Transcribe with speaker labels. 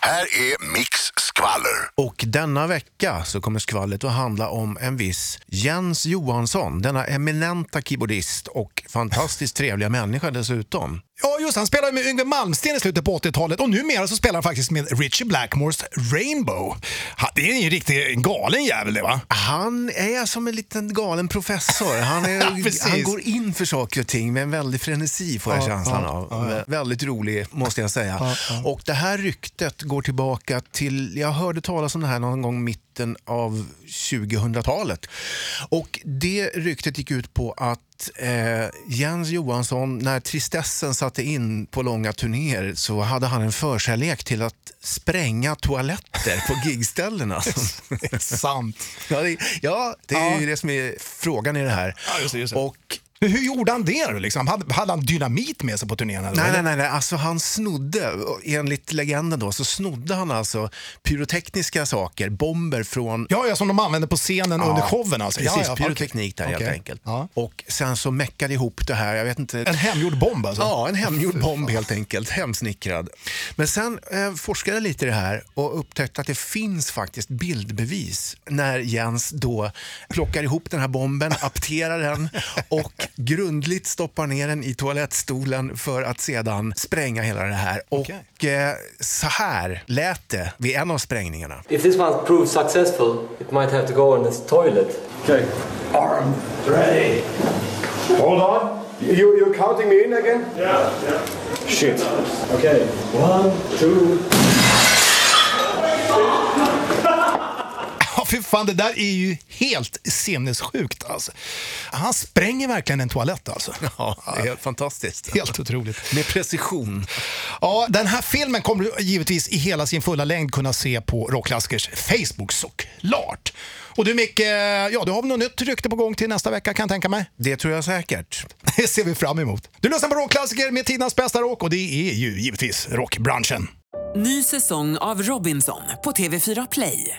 Speaker 1: Här är Mix skvaller.
Speaker 2: Och denna vecka så kommer skvallret att handla om en viss Jens Johansson, denna eminenta keyboardist och fantastiskt trevliga människa dessutom.
Speaker 3: Ja, just Han spelade med Yngwie Malmsteen i slutet på 80-talet och numera så spelar han faktiskt med Richie Blackmores Rainbow. Ha, Det är en riktigt en galen jävel det va?
Speaker 2: Han är som en liten galen professor. Han,
Speaker 3: Ja, precis.
Speaker 2: är, han går in för saker och ting med en väldig frenesi får jag känslan av. Vä- Väldigt rolig måste jag säga. Och det här ryktet går tillbaka till, jag hörde talas om det här någon gång mitten av 2000-talet. Och det ryktet gick ut på att eh, Jens Johansson, när tristessen satte in på långa turnéer så hade han en förkärlek till att spränga toaletter på gigställena.
Speaker 3: Det är sant.
Speaker 2: Ja, det, ja, det är ju det som är frågan i det här.
Speaker 3: Ja, just det, just det.
Speaker 2: Och,
Speaker 3: Men Hur gjorde han det då? Liksom? Hade, hade han dynamit med sig på turnén? Eller?
Speaker 2: nej, nej, nej, nej, alltså han snodde, enligt legenden då, så snodde han alltså pyrotekniska saker, bomber från
Speaker 3: Ja, ja, som de använde på scenen under showen alltså.
Speaker 2: Precis,
Speaker 3: ja, ja, okej.
Speaker 2: pyroteknik där helt
Speaker 3: Okej.
Speaker 2: enkelt.
Speaker 3: Ja.
Speaker 2: Och sen så meckade ihop det här, jag vet inte.
Speaker 3: En hemgjord bomb alltså?
Speaker 2: Ja, en hemgjord bomb helt enkelt. Hemsnickrad. Men sen eh, forskade jag lite i det här och upptäckte att det finns faktiskt bildbevis när Jens då plockar ihop den här bomben, apterar den och grundligt stoppar ner den i toalettstolen för att sedan spränga hela det här. Och eh, så här lät det vid en av sprängningarna.
Speaker 4: If this one proves successful, it might have to go on its toilet.
Speaker 5: Okay. Arm ready. Hold on. You you counting me in again? Yeah. yeah. Shit. Okay. One, two.
Speaker 3: Ja, för fan, det där är ju helt sinnessjukt alltså. Han spränger verkligen en toalett alltså.
Speaker 2: Ja, det är helt fantastiskt.
Speaker 3: Helt otroligt.
Speaker 2: Med precision.
Speaker 3: Ja, den här filmen kommer du givetvis i hela sin fulla längd kunna se på Rockklassiskers Facebook såklart. Och du Micke, ja du har väl något nytt rykte på gång till nästa vecka kan jag tänka mig.
Speaker 2: Det tror jag säkert.
Speaker 3: Det ser vi fram emot. Du lyssnar på Rockklassiker med tidernas bästa rock och det är ju givetvis rockbranschen.
Speaker 6: Ny säsong av Robinson på TV4 Play.